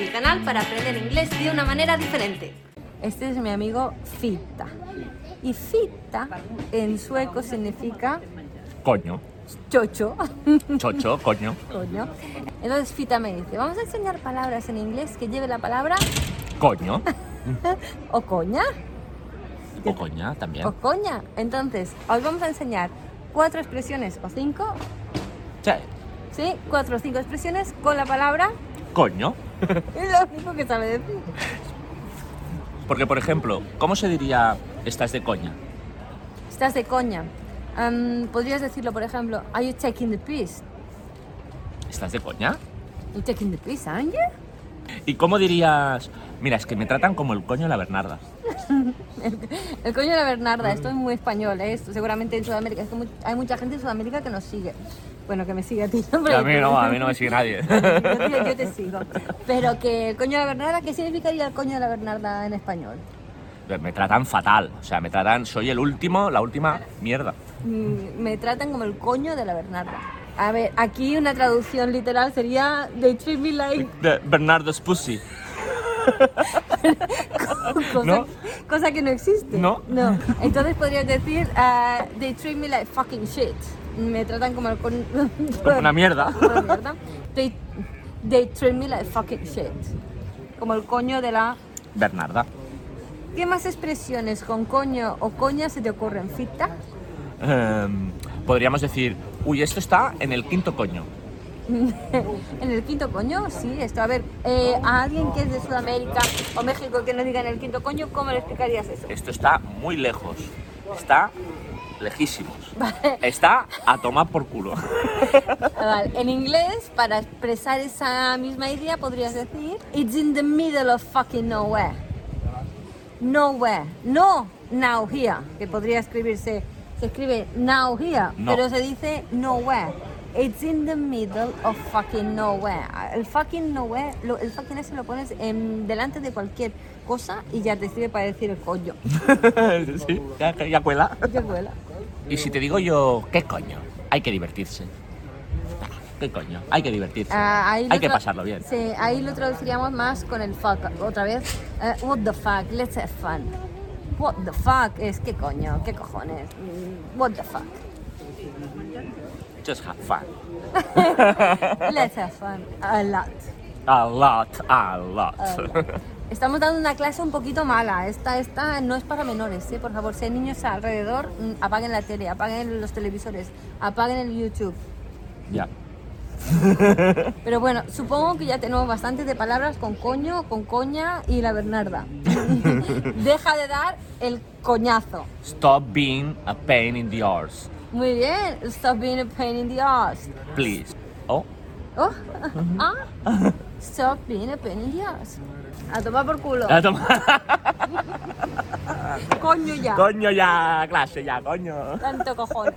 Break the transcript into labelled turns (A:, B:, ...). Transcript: A: el canal para aprender inglés de una manera diferente.
B: Este es mi amigo Fita. Y Fita en sueco significa
C: Coño.
B: chocho.
C: Chocho, coño.
B: Coño. Entonces Fita me dice, vamos a enseñar palabras en inglés que lleve la palabra
C: Coño.
B: o coña.
C: O coña también.
B: O coña. Entonces, os vamos a enseñar cuatro expresiones o cinco.
C: Sí.
B: Sí, cuatro o cinco expresiones con la palabra.
C: Coño.
B: Es lo único que sabe decir.
C: Porque, por ejemplo, ¿cómo se diría estás de coña?
B: Estás de coña. Am, podrías decirlo, por ejemplo, Are you taking the piss?
C: ¿Estás de coña?
B: You taking the piss, aren't you?
C: ¿Y cómo dirías, mira, es que me tratan como el coño de la Bernarda?
B: El coño de la Bernarda, esto es muy español, ¿eh? Esto seguramente en Sudamérica, es que mu- hay mucha gente en Sudamérica que nos sigue. Bueno, que me sigue a ti. ¿no?
C: a mí no, a mí no me sigue nadie.
B: yo, te, yo te sigo. Pero que el coño de la Bernarda, ¿qué significaría el coño de la Bernarda en español?
C: me tratan fatal, o sea, me tratan, soy el último, la última mierda.
B: Mm, Me tratan como el coño de la Bernarda. A ver, aquí una traducción literal sería They treat me like...
C: De Bernardo's pussy.
B: Cosa,
C: ¿No?
B: cosa que no existe.
C: ¿No?
B: No. Entonces podrías decir ah, They treat me like fucking shit. Me tratan como el coño...
C: Como una mierda.
B: Una mierda. They, they treat me like fucking shit. Como el coño de la...
C: Bernarda.
B: ¿Qué más expresiones con coño o coña se te ocurren? Fita,
C: Em, podríamos decir, uy, esto está en el quinto coño.
B: en el quinto coño, sí, esto. A ver, eh, a alguien que es de Sudamérica o México que no diga en el quinto coño, ¿cómo le explicarías eso?
C: Esto está muy lejos. Está lejísimos. Está a tomar por culo.
B: Vale, En inglés, para expresar esa misma idea, podrías decir It's in the middle of fucking nowhere. Nowhere. No, now here. Que podría escribirse, se escribe now here,
C: No.
B: pero se dice nowhere. It's in the middle of fucking nowhere. El fucking nowhere, lo- el fucking ese lo pones en- delante de cualquier cosa y ya te sirve para decir el coño.
C: sí, ya, ya cuela.
B: Ya vuela.
C: Y si te digo yo, ¿qué coño? Hay que divertirse. ¿Qué coño? Hay que divertirse.
B: Ah, ahí lo
C: Hay que
B: tra-
C: pasarlo bien.
B: Sí, ahí lo traduciríamos más con el fuck. Otra vez, eh, what the fuck, let's have fun. What the fuck es qué coño, qué cojones. Mm, What the fuck,
C: Just have fun.
B: let's have fun. A lot.
C: A lot, a lot.
B: a lot. Estamos dando una clase un poquito mala. Esta, esta no es para menores, ¿eh? por favor. Si hay niños alrededor, mm, apaguen la tele, apaguen los televisores, apaguen el YouTube.
C: ya.
B: Pero bueno, supongo que ya tenemos bastantes de palabras con coño, con coña y la Bernarda. Deja de dar el coñazo.
C: Stop being a pain in the arse,
B: Muy bien, stop being a pain in the ass.
C: please. Oh,
B: Oh, ah, stop being a pain in the ass. A tomar por culo.
C: a tomar.
B: Coño ya.
C: coño ya, clase ya, coño.
B: Tanto cojón.